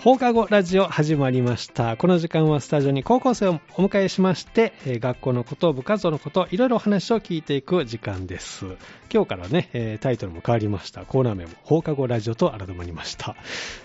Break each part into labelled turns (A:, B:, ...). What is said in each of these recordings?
A: 放課後ラジオ始まりました。この時間はスタジオに高校生をお迎えしまして、えー学校のこと、部活動のこと、いろいろお話を聞いていく時間です。今日からね、えータイトルも変わりました。コーナー名も放課後ラジオと改まりました。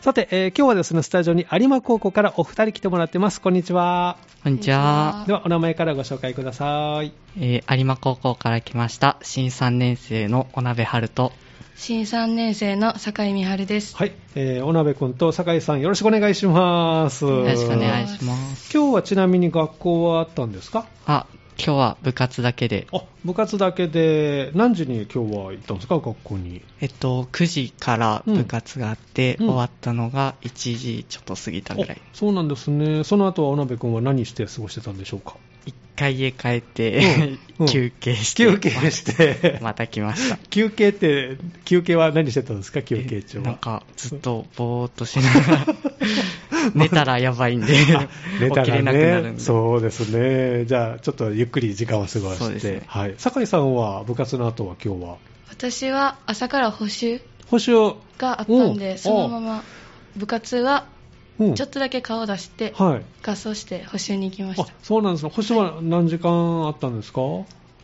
A: さて、えー今日はですね、スタジオに有馬高校からお二人来てもらってます。こんにちは。
B: こんにちは。
A: では、お名前からご紹介ください。
B: えー有馬高校から来ました、新3年生のお鍋春と、
C: 新3年生の坂井美晴です。
A: はい、えー、お鍋くんと酒井さん、よろしくお願いします。
B: よ
A: よ
B: ろしくお願いします。
A: 今日はちなみに学校はあったんですか
B: あ、今日は部活だけで、
A: あ部活だけで何時に今日は行ったんですか学校に
B: えっと、9時から部活があって、
A: うん
B: 終わったのが1時ちょっと過ぎたぐらい。
A: おそうなんですねその後はお鍋くんは何して過ごしてたんでしょうか
B: 一回家帰って、
A: うんうん
B: 休憩して、
A: 休憩して
B: また来ました。
A: 休憩って休憩は何してたんですか休憩中
B: えなん
A: は
B: か、ずっとぼーっとし ながら、寝たらやばいんで、起きれなくなるんで。
A: そうですねじゃあちょっとゆっくり時間を過ご
B: そうで
A: し
B: す
A: て、
B: ね
A: はい、酒井さんは部活の後は今日は
C: 私は朝から補習
A: 補習を、
C: があったん
A: おう
C: で、そのまま部活は
A: うん
C: ちょっとだけ顔を出して、
A: はい
C: 合奏して補習に行きまし
A: あ
C: た。
A: そうなんですね補習は何時間あったんですか、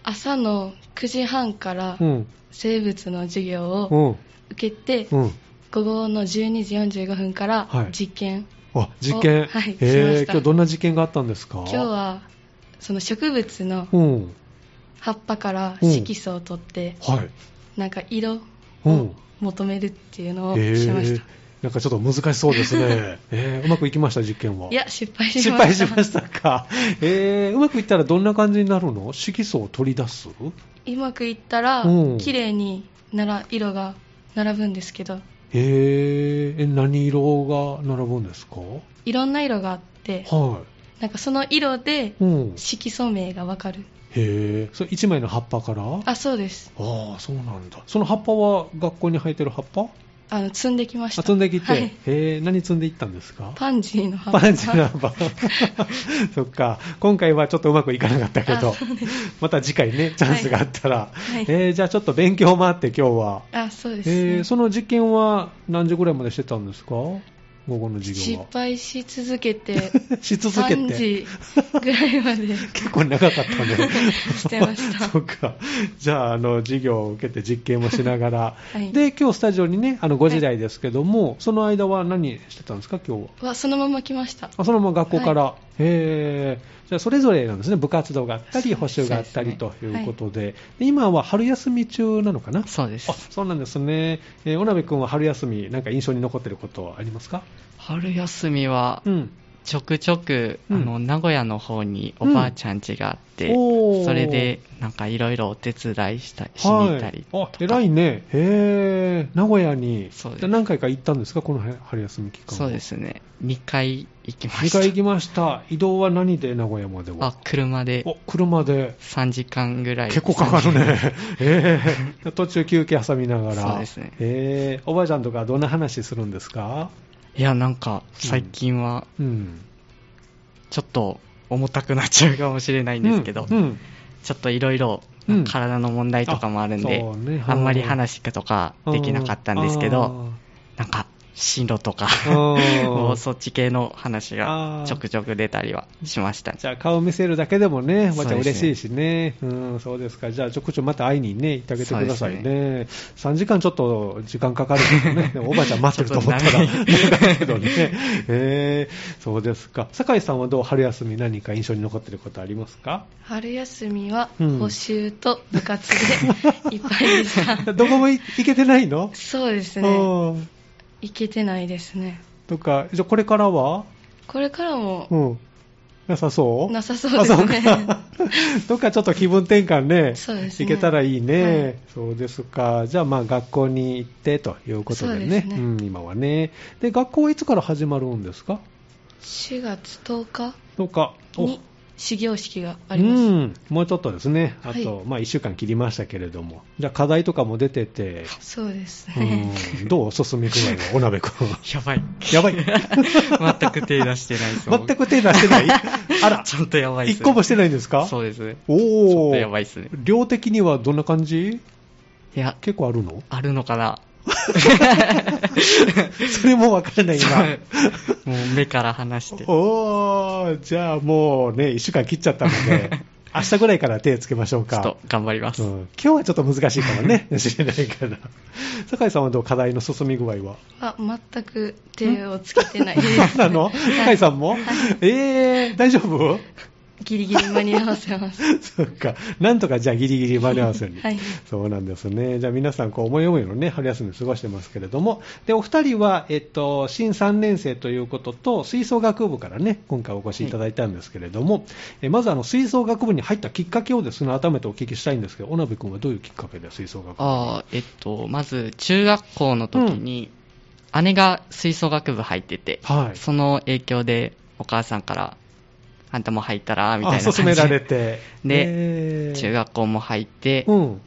C: 朝の9時半から
A: うん
C: 生物の授業
A: う
C: を
A: ん
C: 受けて、
A: うん
C: 午後の12時45分から
A: はい
C: 実験。
A: あ実験、
C: おはいしま
A: え
C: し
A: ー、
C: た
A: 今日どんな実験があったんですか
C: 今日はその植物の
A: うん
C: 葉っぱから色素を取って、
A: はい
C: なんか色
A: う
C: を
A: ん
C: 求めるっていうのを
A: え
C: しまし
A: ー
C: た。、
A: なんかちょっと難しそうです ね、えー、うまくいきました実験はい
C: や、失敗しまし
A: 失
C: た。
A: 敗しましたか、えー、うまくいったらどんな感じになるの色素を取り出す
C: うまくいったら
A: うん
C: 綺麗になら色が並ぶんですけど
A: えー、え何色が並ぶんですか
C: いろんな色があって
A: は
C: なんかその色で
A: いうん
C: 色素名がわかる
A: へえそれ1枚の葉っぱからあ
C: あそうです
A: あーそうなんだその葉っぱは学校に生えてる葉っぱ
C: あの摘んできました
A: あんできて、
C: はい
A: へー何摘んでいったんですか
C: パンジーの葉
A: パンチナンバー。 そっか。今回はちょっとうまくいかなかったけど
C: あそうで、
A: また次回ね、チャンスがあったら。
C: い
A: えーじゃあちょっと勉強もあって今日は。
C: あそうです、ね
A: えーその実験は何時ぐらいまでしてたんですか午後の授業
C: 失
A: は。
C: 敗し続けて
A: し 続け
C: 3
A: て。
C: 時ぐらいまで
A: 結構長かったね。
C: してました
A: そっか。じゃあ、あの、授業を受けて実験もしながら。
C: はい
A: で、今日スタジオにね、あの、5時台ですけども、その間は何してたんですか、今日は。
C: わそのまま来ました
A: あそのまま学校から、へーじゃあそれぞれなんですね、部活動があったり、補習があったり
B: そ
A: と
B: う
C: ね
A: いうことで、で今は春休み中なのかな、
B: そうで
A: あ
B: す。
A: そうなんですね、えー、小鍋君は春休み、なんか印象に残ってることはありますか、
B: 春休みは
A: う、ん、
B: ちょくちょく、
A: うん
B: あの名古屋の方におばあちゃん家があって、
A: おー
B: それでなんかいろいろお手伝いしたしに行ったりと
A: はい、あ
B: か、
A: 偉いね、へー名古屋に、
B: そうです
A: じゃあ何回か行ったんですか、この春休み期間は
B: そうで、すね2回行きま
A: 2
B: した
A: 回行きました、移動は何で名古屋までは
B: あ、車で
A: お車で。
B: 3時間ぐらい
A: 結構かかる ね、ええ途中休憩挟みながら、
B: そうですね
A: ええおばあちゃんとかどんな話するんですか、
B: いやなんか最近は
A: うん、
B: ちょっと重たくなっちゃうかもしれないんですけど、
A: うんうん
B: ちょっといろいろ
A: うん
B: 体の問題とかもあるんで、
A: あそうね
B: あんまり話とかできなかったんですけど、なんか進路と
A: あ
B: か
A: ー
B: もうそっち系の話
A: あー
B: がちょくちょく出たりはしました
A: じゃあ顔見せるだけでもね、おばあちゃん
B: そうで
A: 嬉
B: すね
A: しいしね、うん、そうですか、じゃあちょくちょくまた会いにね、行ってあげてくださいね、
B: そうで
A: 3時間ちょっと時間かかるけど ね、でもおばあちゃん待ってると思ったら、
B: ちょっと長い
A: だけどね、ええそうですか、酒井さんはどう、春休み、何か印象に残ってることあります か
C: 春休みは
A: うん
C: 補習と部活でいっぱいで した
A: どこもい行けてないの
C: そうですね
A: うん
C: いけてないですね
A: とか、じゃあこれからは
C: これからも
A: うん。なさそう
C: なさそうですね
A: あそうかどっか ちょっと気分転換ね。
C: そうですね
A: 行けたらいいね。
C: はい
A: そうですか。じゃあまあ学校に行ってということでね。
C: そうですね
A: ん、今はね。で、学校はいつから始まるんですか
C: 4月10日
A: どうか。お
C: に始業式があります、
A: うん、もうちょっとですね。あと、
C: は
A: まあ1週間切りましたけれども。じゃあ課題とかも出て て。
C: そうですね、
A: うん、どう進み具合は、お鍋 くん。
B: やばい
A: やばい。
B: 全く手出してないです
A: 全く手出してないあら、
B: ちゃんとやばいっす
A: 一個もしてないんですか
B: そうですねちょ
A: お
B: っ
A: お
B: とやばいっすね
A: 量的にはどんな感じ
B: いや
A: 結構あるの
B: あるのかな
A: それもわからない今。
B: もう目から離して。
A: おー、じゃあもうね、1週間切っちゃったの で、明日ぐらいから手つけましょう
B: ちょ
A: か。
B: っと頑張ります。
A: うん、今日はちょっと難しいかも ね、知れないから。酒井さんはどう課題の進み具合 は
C: あ、全く手をつけてないです。
A: そうなの酒井さんも、
C: はい
A: えー、大丈夫
C: ギリギリ間に合わせます。
A: そっか。なんとかじゃあギリギリ間に合わせるように。
C: はい
A: そうなんですね。じゃあ皆さん、こう思い思いのね、春休みを過ごしてますけれども、で、お二人は、えっと、新3年生ということと、吹奏楽部からね、今回お越しいただいたんですけれども、えまずあの、吹奏楽部に入ったきっかけをですね、改めてお聞きしたいんですけど、小鍋君はどういうきっかけで吹奏楽部に
B: ああ、えっと、まず、中学校の時に、姉が吹奏楽部入ってて、
A: はい。
B: その影響で、お母さんから、あんたも入ったら、みたいな
A: あ
B: 感じ
A: 勧められて。
B: で
A: えー
B: 中学校も入って、
A: うん。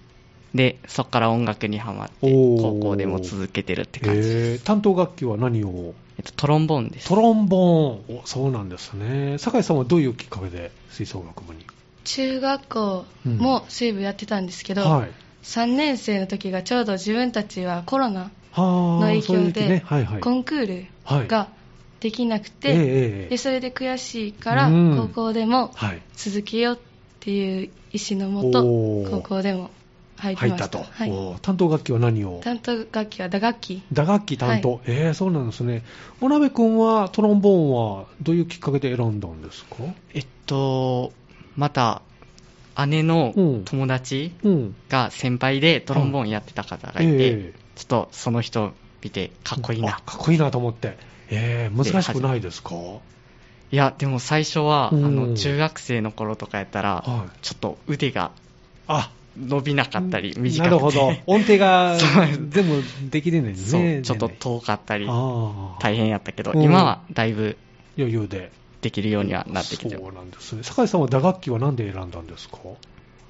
B: で、そこから音楽にハマって、
A: おー
B: 高校でも続けてるって感じ。
A: えー担当楽器は何を
B: えっと、トロンボーンです。
A: トロンボーンおそうなんですね酒井さんはどういうきっかけで吹奏楽部に
C: 中学校も水部やってたんですけど、
A: はい
C: 3年生の時がちょうど自分たちはコロナ
A: は
C: の
A: あ
C: 影
A: そういう時
C: 響
A: ね
C: で
A: はいはい
C: コンクー
A: はい
C: ルができなく
A: えええ
C: て、
A: えええ
C: でそれで悔しいから
A: うん
C: 高校でも
A: はい
C: 続けようっていう意思のもと
A: おー
C: 高校でも入って
A: 入っ
C: ましたた
A: と、
C: はい
A: おー担当楽器は何を
C: 担当楽器は打楽器
A: 打楽器担当、ええそうなんですね小鍋君はトロンボーンはどういうきっかけで選んだんですか
B: えっと、また、姉の
A: うん
B: 友達
A: うん
B: が先輩でトロンボーンやってた方がい
A: え
B: て、
A: え
B: ちょっとその人見てかっこいい
A: あ
B: な。
A: かっこいいなと思ってええ難しくないですか
B: いや、でも最初は、あ
A: うん
B: の、中学生の頃とかやったら、
A: はい
B: ちょっと腕が
A: あ
B: 伸びなかったり、短
A: なる
B: くて。
A: ほど。音程が
B: そう
A: 全部できてないんです
B: そ
A: ね
B: う、ちょっと遠かったり、
A: ああ
B: 大変やったけど、
A: うん
B: 今はだいぶ
A: 余裕で
B: できるようにはなってきて
A: そ
B: ま
A: うなんですね酒井さんは打楽器は何で選んだんですか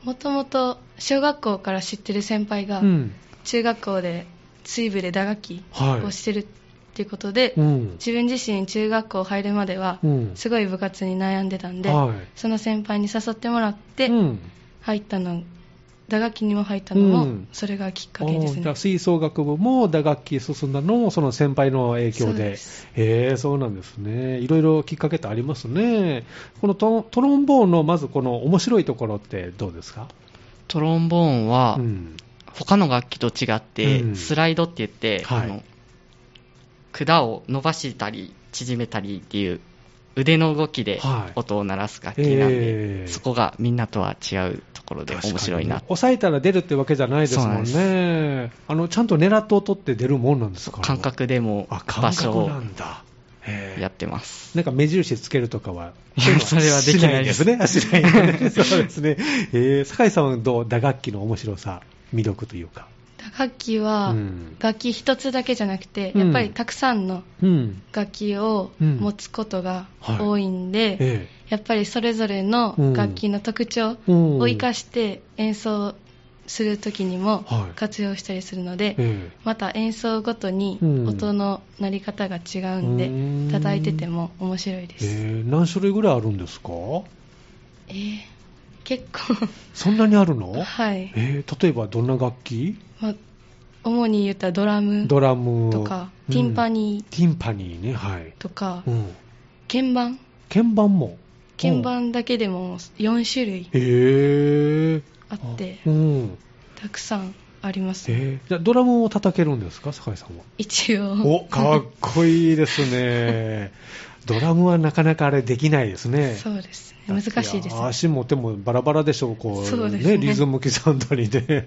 C: もともと小学校から知ってる先輩が
A: うん
C: 中学校で水部で打楽器
A: はい
C: をしてるっていうことで、
A: うん
C: 自分自身中学校入るまでは
A: うん
C: すごい部活に悩んでたんで、
A: はい
C: その先輩に誘ってもらって
A: うん
C: 入ったの、打楽器にも入ったのも、
A: うん
C: それがきっかけです
A: おーじゃあ
C: ね
A: 吹奏楽部も打楽器進んだのもその先輩の影響
C: そう
A: で
C: です
A: へえそうなんですねいろいろきっかけってありますねこのトトロンボーンのまずこの面白いところってどうですか
B: す。トロンボーンは、
A: ん、
B: 他の楽器と違って、
A: うん
B: スライドって言って、
A: はい
B: あの管を伸ばしたり縮めたりっていう腕の動きで
A: はい
B: 音を鳴らす楽器なんで、
A: えー
B: そこがみんなとは違うところで面白い
A: 確かにね
B: な、
A: 抑えたら出るってわけじゃないですもん
B: そう
A: ねあのちゃんと狙って音って出るもんなんですか
B: 感覚でも
A: あ
B: 場
A: 感
B: 所
A: 覚
B: を
A: なんだへえ
B: やってます
A: なんか目印つけるとかは、
B: いやそれはできないです
A: しないですね。しないよねそうですね。えー、酒井さんはどう打楽器の面白さ、魅力というか。
C: 打楽器は、
A: うん
C: 楽器一つだけじゃなくて、
A: うん
C: やっぱりたくさんの
A: うん。
C: 楽器を
A: うん
C: 持つことが
A: はい
C: 多いんで、
A: え
C: やっぱりそれぞれの楽器の特徴
A: え。うん
C: を生かして演奏するときにも
A: はい
C: 活用したりするので、
A: え
C: また演奏ごとに
A: うん
C: 音の鳴り方が違うん
A: う
C: で、
A: ーん
C: 叩いてても面白い
A: え
C: で
A: え
C: す、
A: え何種類ぐらいあるんですか
C: えー結 構
A: そんなにあるの
C: はい、
A: えー、例えばどんな楽器
C: まあ、主に言ったらドラム
A: ドラム。
C: とか、ティンパ
A: ー。
C: ニ
A: ティンパニーね、はい
C: ー。とか、
A: うん。
C: 鍵盤
A: 鍵盤も。
C: 鍵盤だけでも4種類
A: うん。ええ
C: あって
A: うん。
C: たくさんあります、ね
A: えー、じゃあドラムを叩けるんですか酒井さんは。
C: 一応
A: お、かっこいいですね。ドラムはなかなかあれできないですね。
C: そうですね難しいです
A: だって足も手もバラバラでしょう、こう、
C: そうです
A: ね、
C: ね
A: リズム刻んだりね。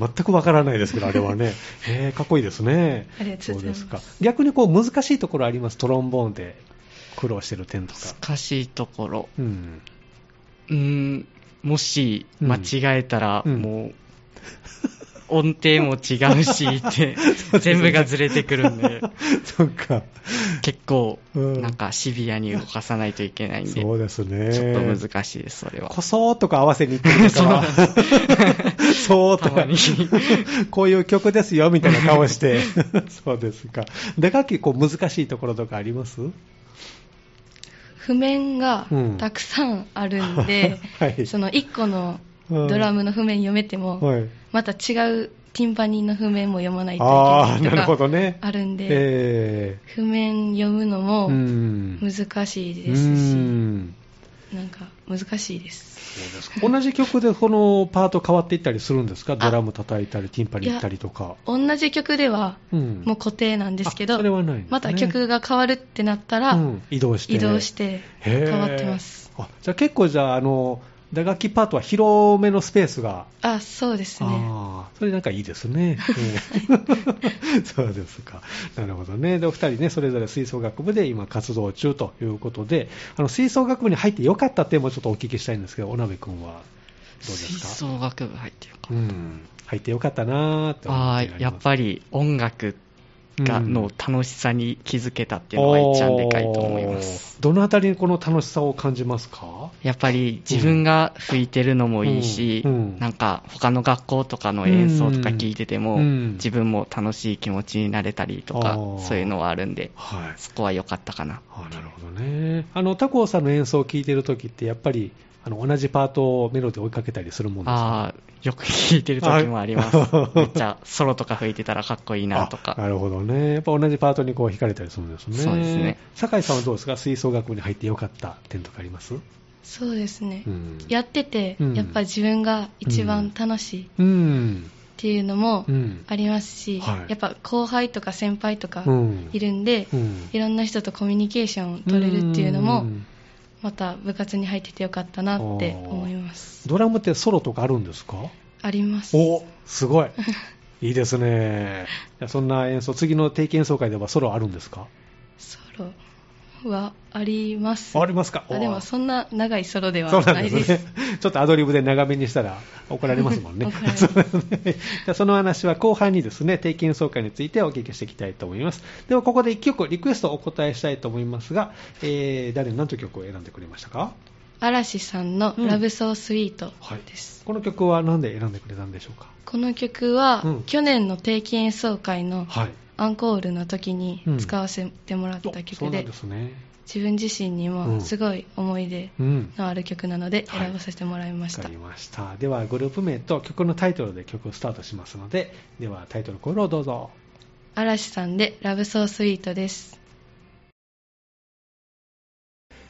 A: 全くわからないですけど、あれはね。へえかっこいいですね。
C: ありがとうございます
A: そですか。逆にこう、難しいところあります。トロンボーンで苦労してる点とか。
B: 難しいところ
A: うん。
B: うーんもし
A: うん
B: 間違えたら、
A: うん
B: もう音程も違 うしって全部がずれてくるんで
A: そっか。
B: 結構、
A: うん
B: なんかシビアに動かさないといけないんで、
A: そうですね。
B: ちょっと難しいです、それは。
A: こ そーっとか合わせに行ってるとかは、そうと
B: た
A: か
B: まに。
A: こういう曲ですよみたいな顔して、 そうですか。打楽器こう難しいところとかあります？
C: 譜面が
A: うん
C: たくさんあるんで
A: 、はい
C: その1個のドラムの譜面読めても、
A: はい。
C: また違うピンバニーの譜面も読まないとい
A: ああ、
C: け
A: な
C: な
A: る
C: いと
A: ほ
C: か
A: どね。
C: あるんで、
A: え
C: 譜面読むの
A: え
C: も
A: うん。
C: 難しいで
A: う
C: すし、
A: ん
C: なんか難しいです。
A: そうですか同じ曲でこのパート変わっていったりするんですかドラム叩いたり、ティンパに行ったりとか。
C: 同じ曲では
A: うん
C: もう固定なんですけど、
A: あそれはないんですね
C: また曲が変わるってなったら、
A: うん移動して
C: 移動して
A: へー
C: 変わってます。
A: あじゃあ結構じゃああの打楽器パートは広めのスペースが
C: あ、そうですね。
A: あーそれなんかいいです ね。ええ そうですか。なるほどね。で、お二人ね、それぞれ吹奏楽部で今活動中ということで、あの、吹奏楽部に入って良かった点もちょっとお聞きしたいんですけど、おなべくんはどうです
B: 吹
A: か
B: 奏楽部入ってるか
A: う。ん。入って良かったなーって思
B: あ
A: っ
B: あ
A: て
B: ー、やっぱり音楽が
A: うん
B: の楽しさに気づけたっていうのが一番でかいと思います。
A: おー。どのあたりにこの楽しさを感じますか
B: やっぱり自分が吹いてるのもいいし、
A: うんうん
B: なんか他の学校とかの演奏とか聞いてても、
A: うん
B: 自分も楽しい気持ちになれたりとか
A: あー、
B: そういうのはあるんで、
A: はい。
B: そこは良かったかな。
A: あなるほどね。あの、タコさんの演奏を聴いてるときって、やっぱり、あの、同じパートをメロディー追いかけたりするもんですか
B: ああ、よく弾いてる時もあります
A: あ。
B: めっちゃソロとか吹いてたらかっこいいなと
A: あ
B: か。
A: なるほどね。やっぱ同じパートにこう惹かれたりするんですね。
B: そうですね。
A: 酒井さんはどうですか吹奏楽部に入ってよかった点とかあります
C: そうですね。
A: うん。
C: やってて、
A: うん
C: やっぱ自分が一番楽しいっ
A: うん。
C: ていうのも
A: うん。
C: ありますし、
A: はい
C: やっぱ後輩とか先輩とか
A: うん
C: いるんで、
A: うん
C: いろんな人とコミュニケーションを取れるっていうのも、
A: ん
C: また部活に入っててよかったなって思います。
A: ドラムってソロとかあるんですか
C: あります。
A: おす ごい。いいですね。いやそんな演奏、次の定期演奏会ではソロあるんですか
C: ソロはあります。
A: ありますか
C: あでもそんな長いソロでは
A: そうな
C: なんい
A: で
C: です。
A: すね。ちょっとアドリブで長めにしたら 怒られますもんね。
C: 怒られる
A: そうですねじゃあその話は後半にですね、定期演奏会についてお聞きしていきたいと思います。ではここで1曲リクエストをお答えしたいと思いますが、えー、誰の何という曲を選んでくれましたか
C: 嵐さんの
A: うん
C: ラブソースイート
A: はい
C: です。
A: この曲は何で選んでくれたんでしょうか
C: この曲は、
A: うん
C: 去年の定期演奏会の
A: はい。
C: アンコールの時に使わせてもらった
A: お
C: 曲
A: そうな
C: で、
A: んですね。
C: 自分自身に
A: うん
C: もすごい思い出
A: うん。
C: のある曲なので
A: はい
C: 選ばせてもらいま
A: わ
C: し
A: か
C: た。
A: りました。ではグループ名と曲のタイトルで曲をスタートしますので、ではタイトルコールをどうぞ。
C: 嵐さんでラブソースイートです。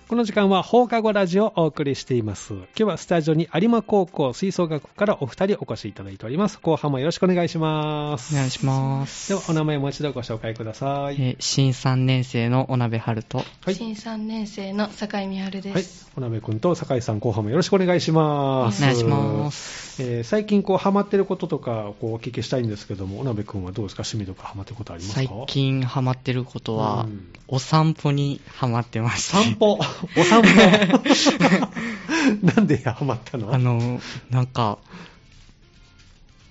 A: この時間は放課後ラジオをお送りしています。今日はスタジオに有馬高校吹奏楽部からお二人お越しいただいております。後半もよろしくお願いします。
B: お願いします。
A: では、お名前もう一度ご紹介ください。
B: えー新3年生のお鍋春と、
A: はい。
C: 新3年生の酒井美春で
A: はい
C: す。。
A: おなべくんと酒井さん、後半もよろしくお願いします。
B: お願いします。
A: えー最近こうハマってることとかこうお聞きしたいんですけども、おなべくんはどうですか趣味とかハマってることありますか
B: 最近ハマってることは、
A: うん
B: お散歩にハマってました。
A: 散歩お散歩 なんでハマったの
B: あの、なんか、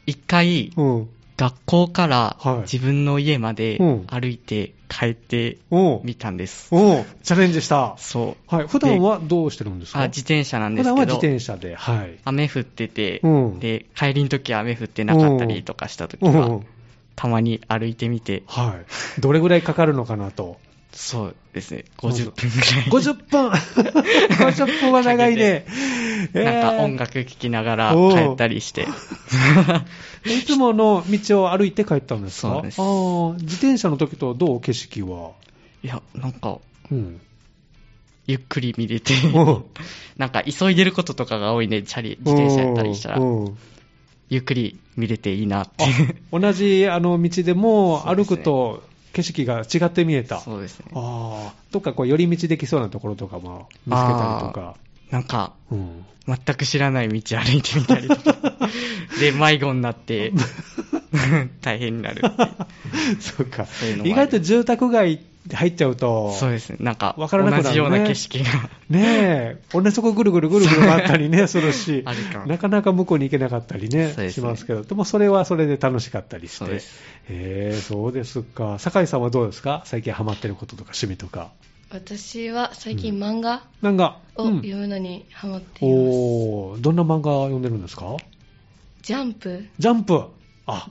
B: 一回、
A: うん。
B: 学校から
A: はい
B: 自分の家まで
A: うん
B: 歩いて帰って
A: うん。
B: みたんです。
A: うん、チャレンジした。
B: そう。
A: はい、普段はどうしてるんですか
B: あ、自転車なんで
A: 普
B: す
A: 段は
B: け
A: 自
B: ど、
A: 転車で、はい。
B: 雨降ってて、
A: うん
B: で、帰りの時は雨降ってなかったりとかした時
A: う
B: は
A: ん、、
B: たまに歩いてみて、
A: はい。どれぐらいかかるのかな と。
B: そうですね、50分ぐらい。
A: 50分 !50 分は長いね。
B: なんか音
A: 楽。
B: 楽聴きながら
A: おう
B: 帰ったりして、
A: いつもの道を歩いて帰ったんですか
B: そうです
A: あー自転車の時とどう景色は。
B: いや、なんか、
A: うん。
B: ゆっくり見れて、
A: うん
B: なんか急いでることとかが多いね、チャリ、自転車やったりしたら
A: う、んうん
B: ゆっくり見れていいな って。
A: 同じあの道でも
B: そうで
A: 歩
B: すね
A: くと景色が違って見えた。
B: そうですね。
A: ああ、どっかこう寄り道できそうなところとかも見つけたりとか。
B: なんか、
A: うん。
B: 全く知らない道歩いてみたりとか。 で、迷子になって、大変になるってい う。
A: そうか
B: そういうのもある
A: 意外と住宅街入っちゃうと、
B: そうですね。なんか、
A: わからなくなるね
B: 同じような景色が。
A: ねえ、同じとこぐるぐるぐるぐる回ったりね、するし
B: あるか、
A: なかなか向こうに行けなかったりね、
B: そうですね
A: しますけど、でもそれはそれで楽しかったりして。
B: そうです
A: へえそうですか。酒井さんはどうですか最近ハマってることとか趣味とか。
C: 私は最近漫画
A: 漫画。
C: を
A: うん
C: 読むのにハマっています。
A: おーどんな漫画読んでるんですか
C: ジャンプ、
A: ジャンプ。あ、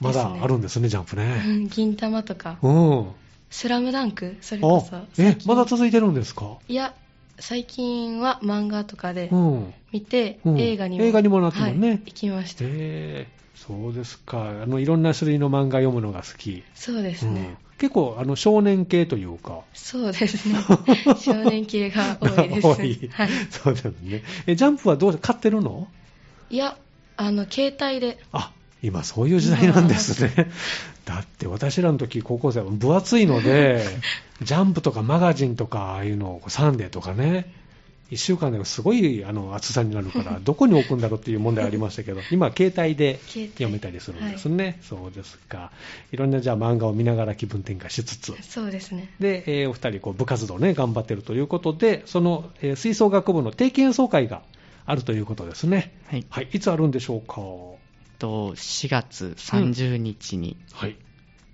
A: ま
C: ですね
A: だあるんですね、ジャンプ
C: う
A: ね。
C: ん銀玉とか、
A: うん。
C: スラムダンクそれこそ
A: あ。、え
C: 最、近
A: まだ続いてるんですか
C: いや、最近は漫画とかで
A: うん。
C: 見て、
A: うん
C: 映画にも
A: 映画にもなったもんね
C: はい、行きました、
A: へえそうですか。あの、いろんな種類の漫画読むのが好き。
C: そうですね、
A: うん、結構、あの、少年系というか。
C: そう ですね少年系が多いです
A: 多い
C: はい、
A: そうですね。え、ジャンプはどう、買ってるの
C: いやあの携帯で
A: あ今そういう時代なんですね。だって私らの時高校生は分厚いので、ジャンプとかマガジンとか、ああいうのをこうサンデーとかね、1週間でもすごいあの厚さになるから、どこに置くんだろうっていう問題ありましたけど、今、携帯で
C: 携帯
A: 読めたりするんですね。そうですか。いろんなじゃあ漫画を見ながら気分転換しつつ。
C: そうですね
A: で、えーお二人こう部活動ね、頑張ってるということで、その、えー吹奏楽部の定期演奏会があるということですね。
B: はい。
A: はい、いつあるんでしょうか。
B: えっと、4月30日に、
A: はい。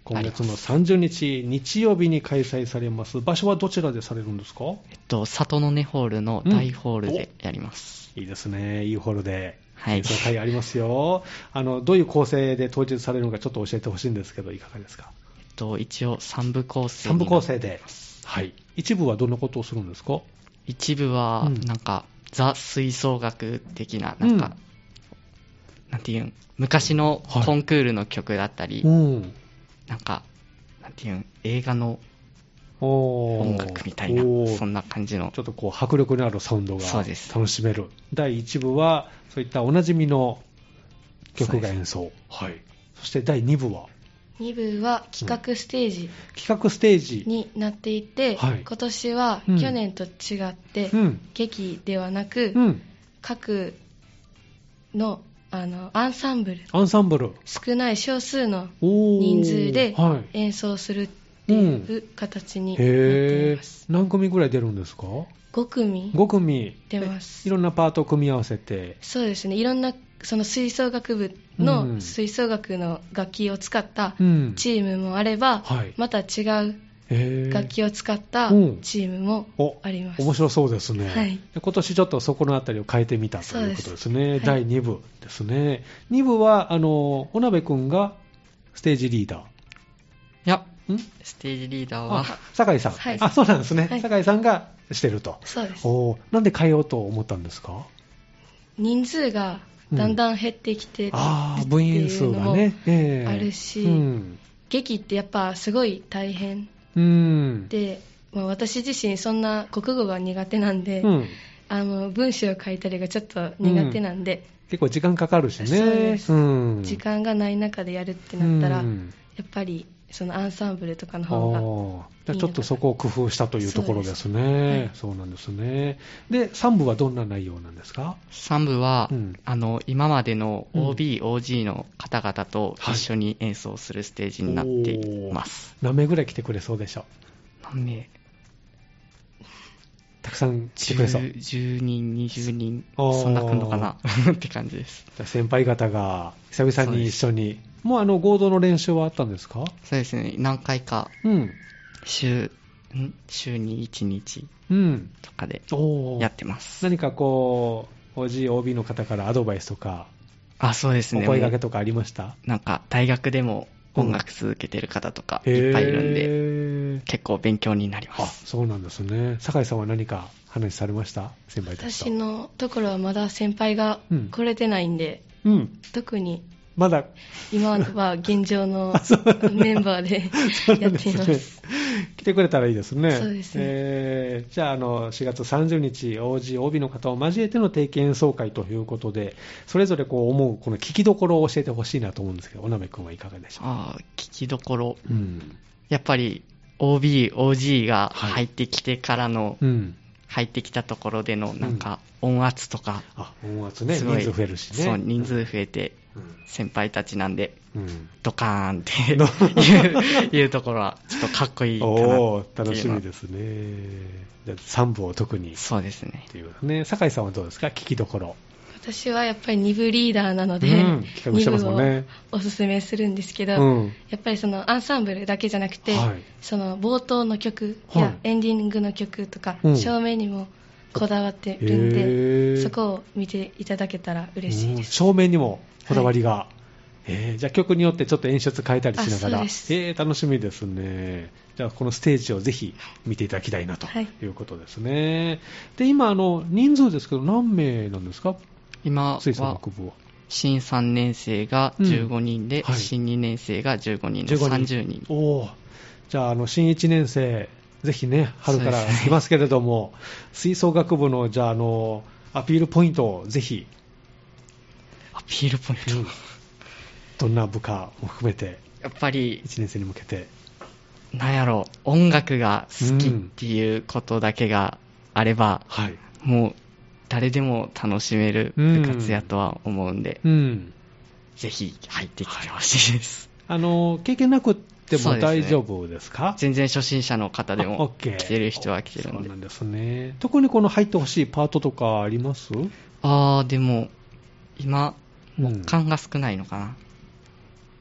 A: 今月の30日、日曜日に開催されます。場所はどちらでされるんですか
B: えっと、里の根ホールの大ホールでやります。
A: いいですね。いいホールで。
B: はい
A: 演奏会ありますよ。あの、どういう構成で当日されるのかちょっと教えてほしいんですけど、いかがですか
B: えっと、一応3部構成
A: 三
B: に
A: 部構成で。はい。一部はどんなことをするんですか
B: 一部は、
A: うん
B: なんか、ザ吹奏楽的な、なんか、なんていうん、昔の
A: はい
B: コンクールの曲だったり、
A: うん。
B: なんか、なんていうん、映画の
A: 音
B: 音楽みたいな、そんな感じの
A: ちょ、っとこう迫力のあるサウンドが
B: そうです
A: 楽しめる。第1部は、そういったおなじみの曲が演奏。はい。そして第2部は、
C: 2部は企画ステージ
A: 企画ステージ。
C: になっていて、
A: はい
C: 今年は
A: うん
C: 去年と違って、
A: うん。
C: 劇ではなく、
A: うん。
C: 各のあのアンサンブル
A: アンサンブル。
C: 少ない少数の
A: おー
C: 人数で
A: はい。
C: 演奏するっていう形になってい
A: へ
C: ます、
A: ー何組ぐらい出るんですか
C: 5組
A: ?5 組。
C: 出ます
A: いろんなパートを組み合わせて。
C: そうですねいろんなその吹奏楽部の、
A: うん
C: 吹奏楽の楽器を使った
A: うん。
C: チームもあれば、
A: はい
C: また違う
A: へー
C: 楽器を使った
A: うん
C: チームも
A: お
C: あります、
A: 面白そうですね、
C: はい
A: で今年ちょっとそこのあたりを変えてみたということですね、
C: そうですは
A: 第
C: い
A: 2部ですね、2部はあのおなべくんがステージリーダ
B: いや、
A: ー、ん
B: ステージリーダーは、
A: あ酒井さん、
C: はい
A: あ、そうなんですね、
C: はい
A: 酒井さんがしてると、
C: そうです
A: おーなんで変えようと思ったんですか、
C: 人数がだんだん減ってきて、
A: ああ、
C: って
A: 部
C: い
A: 員
C: う
A: 数
C: の
A: が
C: も
A: ね、ええ
C: あるし
A: うん、
C: 劇ってやっぱすごい大変
A: うん、
C: で、まあ、私自身そんな国語が苦手なんで、
A: うん
C: あの文章を書いたりがちょっと苦手なんで、
A: 結構時間かかるしね、
C: そうです
A: うん、
C: 時間がない中でやるってなったら、
A: うん
C: やっぱりそのアンサンブルとかの
A: あ
C: 方が
A: ーじゃあちょっとそこを工夫したというところですね。そうなんですね。で、3部はどんな内容なんですか
B: 3部は、
A: うん
B: あの、今までの
A: うん
B: OB、OG の方々と一緒に演奏するステージになっています。
A: 何名ぐらい来てくれそうでしょう
B: 何名
A: たくさん来てくれそう。じ
B: 10, 10人、20人、
A: あー
B: そんな来んのかな って感じです。
A: ゃあ先輩方が久々に一緒に。もうあの合同の練習はあったんですか
B: そうですね、何回か、
A: うん。
B: 週、ん週に1日
A: うん。
B: とかで
A: おー
B: やってます。
A: 何かこう、OG、OB の方からアドバイスとか、
B: あ、そうです
A: お
B: ね。
A: 声掛
B: も
A: け
B: う
A: とかありました
B: なんか、大学でも音楽続けてる方とかいっぱいいるんで、
A: で。
B: 結構勉強になりま
A: あ、
B: す。
A: そうなんですね。酒井さんは何か話されました先輩たちと。
C: 私のところはまだ先輩が
A: うん
C: 来れてないんで、
A: うん。
C: 特に
A: まだ
C: 今は現 状のメンバーでやっています。
A: 来てくれたらいいですね。
C: そうですね
A: えーじゃあ、あの、4月30日、OG、OB の方を交えての定期演奏会ということで、それぞれこう思う、この聞きどころを教えてほしいなと思うんですけど、おなめくんはいかがでしょう
B: あー聞きどころ。
A: うん。
B: やっぱり OB、OG が入ってきてからの、
A: うん。
B: 入ってきたところでのなんか音圧とか、
A: あ、音圧ね、
B: す
A: 人
B: ごい
A: 数増えるしね。
B: そう、人数増えて、先輩たちなんで、
A: うん。うん。
B: ドカーン っていういうところは、ちょっとかっこいいかなっていうの
A: おー、楽しみですね。じゃあ、3部を特に。
B: そうですね。
A: っていうことね。酒井さんはどうですか聞きどころ。
C: 私はやっぱり2部リーダーなので、
A: うん企画してます
C: 2
A: もん
C: 部
A: ね
C: をおすすめするんですけ
A: う
C: ど、
A: ん。
C: やっぱりそのアンサンブルだけじゃなくて、
A: はい
C: その冒頭の曲や
A: はい
C: エンディングの曲とか、
A: うん
C: 照明にもこだわってるん
A: へ
C: で、
A: ー
C: そこを見ていただけたら嬉しいです。
A: うん照明にもこだわりが。えーじゃあ曲によってちょっと演出変えたりしながら、
C: あそう
A: え
C: です
A: ー楽しみですね。じゃあこのステージをぜひ見ていただきたいなと
C: はい
A: いうことですね。で、今、あの、人数ですけど何名なんですか
B: 今
A: 水産
B: は
A: 学部は。
B: 新3年生が15人
A: う
B: で、
A: んはい
B: 新2年生が15人で
A: 15
B: 30人
A: おお。じゃあ、あの、新1年生、ぜひね、春から
B: そうですね
A: 来ますけれども、吹奏楽部の、じゃあ、あの、アピールポイントをぜひ、
B: アピールポイント、
A: どんな部下も含めて、
B: やっぱり
A: 1年生に向けて。
B: なんやろう音楽が好きっていうことだけがあれば、
A: はい。
B: もう誰でも楽しめる部活やとは思うんで、
A: うん。
B: ぜひ入ってきてほしいです、
A: あの、経験なくって
B: そう
A: も
B: ですね
A: 大丈夫ですか
B: 全然初心者の方で
A: あオッ
B: も
A: ケー
B: 来てる人は来てるん
A: そう
B: で
A: なんですね。特にこの入ってほしいパートとかあります
B: ああでも今
A: 木
B: 感が少ないのかな、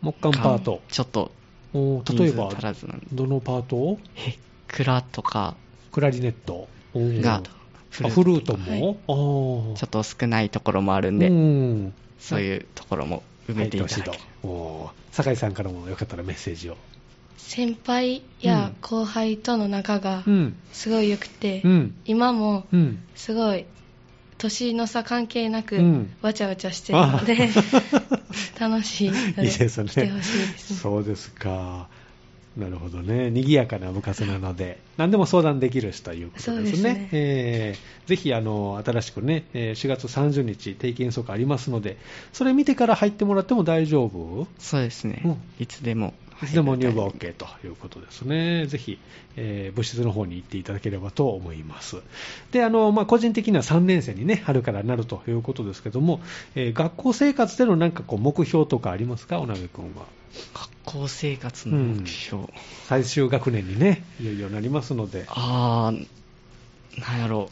A: 木管パート。
B: ちょっと
A: おー例え
B: 人数
A: ば
B: 足、らずなんで
A: どのパート
B: えクラとか
A: クラリネット。おー
B: が
A: あ
B: フ
A: フ
B: ル
A: ルー
B: ー
A: ト
B: トとか
A: も、あー
B: ちょっと少ないところもあるんで、
A: うん、
B: そういうところも埋
A: 入っ
B: め
A: てて
B: い
A: ほしたい
B: だ
A: と
B: け、
A: おー酒井さんからもよかったらメッセージを。
C: 先輩
A: う
C: や
A: ん
C: 後輩との仲が
A: うん、
C: すごい良くて、
A: うん、
C: 今も
A: うん、
C: すごい年の差関係なく、
A: うん
C: わちゃわちゃしてるので 楽しい の
A: いいですね
C: 来てほしいですね
A: そうですか、なるほどね、賑やかな部活なので、何でも相談できるしということですね、
C: そうですね
A: えーぜひあの新しくね、えー4月30日、定期演奏会ありますので、それ見てから入ってもらっても大丈夫
B: そうですね、
A: うん
B: いつでも
A: いつでも入部は OK ということですね。ぜひ、えー部室の方に行っていただければと思います。で、あの、まあ、個人的には3年生にね、春からなるということですけども、えー学校生活でのなんかこう、目標とかありますか、おなべくんは。
B: 学校生活の目標、
A: 最終学年にね、いよいよなりますので。
B: ああなんやろ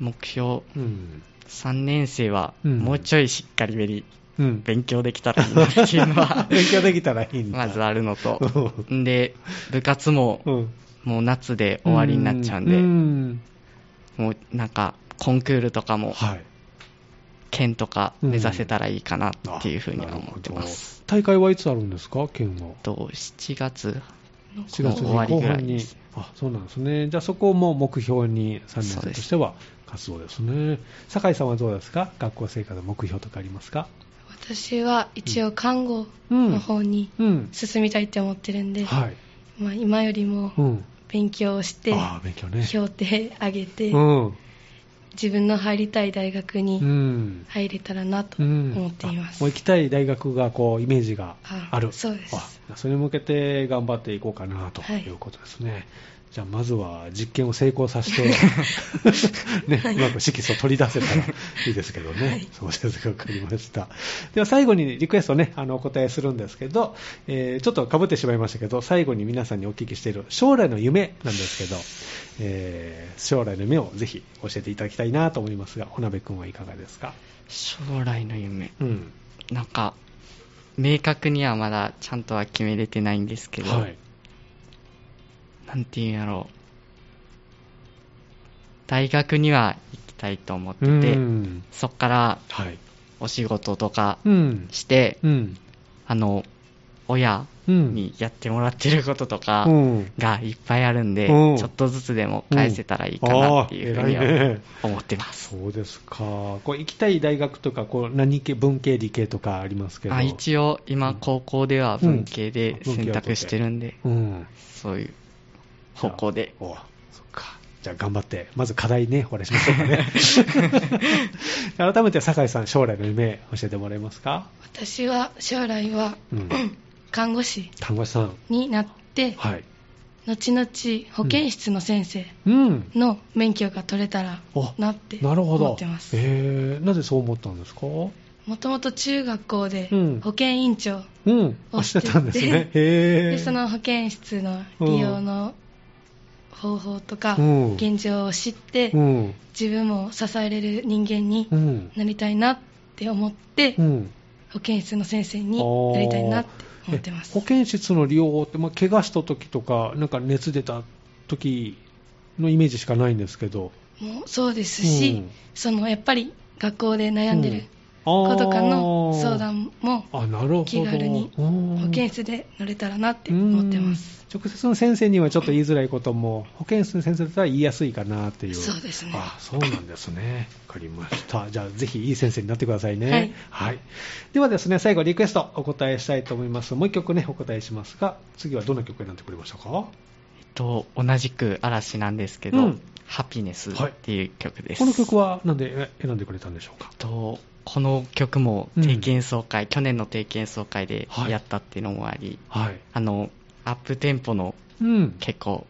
B: う目標
A: うん。
B: 3年生は
A: うん
B: もうちょいしっかりめに
A: うん。勉
B: 勉強できたらいいなっていうの は
A: 強できたらいいんだ。
B: まずあるのと
A: うん
B: んで部活も
A: うん。
B: もう夏で終わりになっちゃうんで、
A: うん。
B: もうなんかコンクールとかも
A: はい。
B: 県とか目指せたらいいかなっていうふうには思ってます、
A: あ。なるほど大会はいつあるんですか、県は。
B: と7月
A: 4月の
B: 終わり
A: 後
B: ぐら
A: 半
B: い
A: に
B: です、
A: あそうなんですね、じゃあそこをもう目標に3年生としては活動ですね、酒井さんはどうですか、学校生活の目標とかありますか、
C: 私は一応看護の方に
A: うん、
C: 進みたいって思ってるんで、
A: はい、
C: まあ、今よりも
A: うん、
C: 勉強をして、
A: ああ、勉強ね、
C: 評定上げて、
A: うん、
C: 自分の入りたい大学
A: う
C: に
A: ん、
C: 入れたらなと
A: うん
C: 思っていま
A: あ
C: す、
A: もう行きたい大学がこうイメージがある、
C: あそうです
A: あそれに向けて頑張っていこうかなと
C: はい
A: いうことですね。じゃあまずは実験を成功 させて、ね、うまく色素を取り出せたらいいですけどね。 そうですか、わかりました。では最後にリクエストね、あの、お答えするんですけど、えーちょっと被ってしまいましたけど、最後に皆さんにお聞きしている将来の夢なんですけど、えー将来の夢をぜひ教えていただきたいなと思いますが、おなべくんはいかがですか
B: 将来の夢
A: うん。
B: なんか明確にはまだちゃんとは決めれてないんですけど、
A: はい。
B: なんていうんやろう大学には行きたいと思ってて、
A: うん
B: そっから
A: はい。
B: お仕事とか
A: うん。
B: して、
A: うん。
B: あの親
A: うん。
B: にやってもらってることとか
A: うん。
B: がいっぱいあるんで、
A: うん
B: ちょっとずつでも返せたらいいかなっていうふうに
A: あー偉い
B: は
A: ね
B: 思ってます、
A: そうですか。こう行きたい大学とか、こう何系、文系、理系とかありますけど。
B: あ一応今高校では文系で選択してるんで、
A: うん。
B: そういう方向で
A: おそっか。じゃあ頑張って、まず課題ね、お話しましょうかね。 改めて、酒井さん、将来の夢、教えてもらえますか
C: 私は将来は
A: うん。
C: 看護師
A: 看護師さん。
C: になって
A: はい。
C: 後々保健室の先生
A: うん。
C: の免許が取れたら
A: あ
C: なって
A: なるほど。
C: 思ってます
A: えー、なぜそう思ったんですか
C: もともと中学校で
A: うん
C: 保健委員長、
A: うん。あしてたんですね。へ
C: で
A: ー。
C: その保健室の利用の方法とか、
A: うん
C: 現状を知って、
A: うん。
C: 自分も支えれる人間に
A: うん。
C: なりたいなって思って、
A: うん。
C: 保健室の先生になりたいなって思ってます
A: え保健室の利用法って、まあ、怪我した時とか、なんか熱出た時のイメージしかないんですけど、
C: もうそうですし、
A: うん
C: そのやっぱり学校で悩んでる子
A: 子
C: とかの相談も
A: あなるほど
C: 気軽に保健
A: っ
C: 室で乗れたらなって思ってます。
A: 直接の先生にはちょっと言いづらいことも保健室の先生だったら言いやすいかなっていう
C: そうですね
A: あそうなんですねわかりましたじゃあぜひいい先生になってくださいね
C: はい、
A: はいではですね最後リクエストお答えしたいと思いますもう一曲ねお答えしますが次はどんな曲になってくれましたかは
B: と、同じく嵐なんですけど、
A: うん
B: ハピネスっていう曲です。
A: この曲はなんでえ選んでくれたんでしょうか
B: とこの曲も定期演奏会、去年の定期演奏会で
A: はい
B: やったっていうのもあり、
A: はい
B: あのアップテンポの
A: うん
B: 結構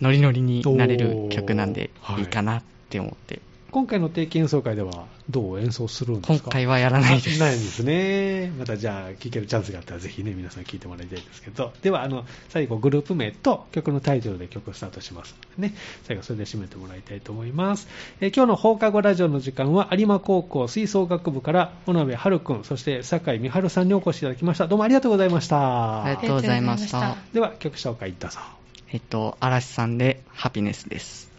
B: ノリノリになれる曲なんで
A: おーはい
B: いいかなって思って、
A: 今回の定期演奏会ではどう演奏するんですか
B: 今回はやらないです
A: あんですね。またじゃあ、聴けるチャンスがあったら、ぜひね、皆さん聴いてもらいたいですけど、では、あの、最後、グループ名と曲のタイトルで曲スタートしますのでね、最後、それで締めてもらいたいと思います。えー今日の放課後ラジオの時間は、有馬高校吹奏楽部から、小鍋春くん、そして酒井美春さんにお越しいただきました。どうもありがとうございました。
B: ありがとうございました
C: ありがとうございました
A: では、曲紹介どうぞ。
B: えっと嵐さんでハピネスです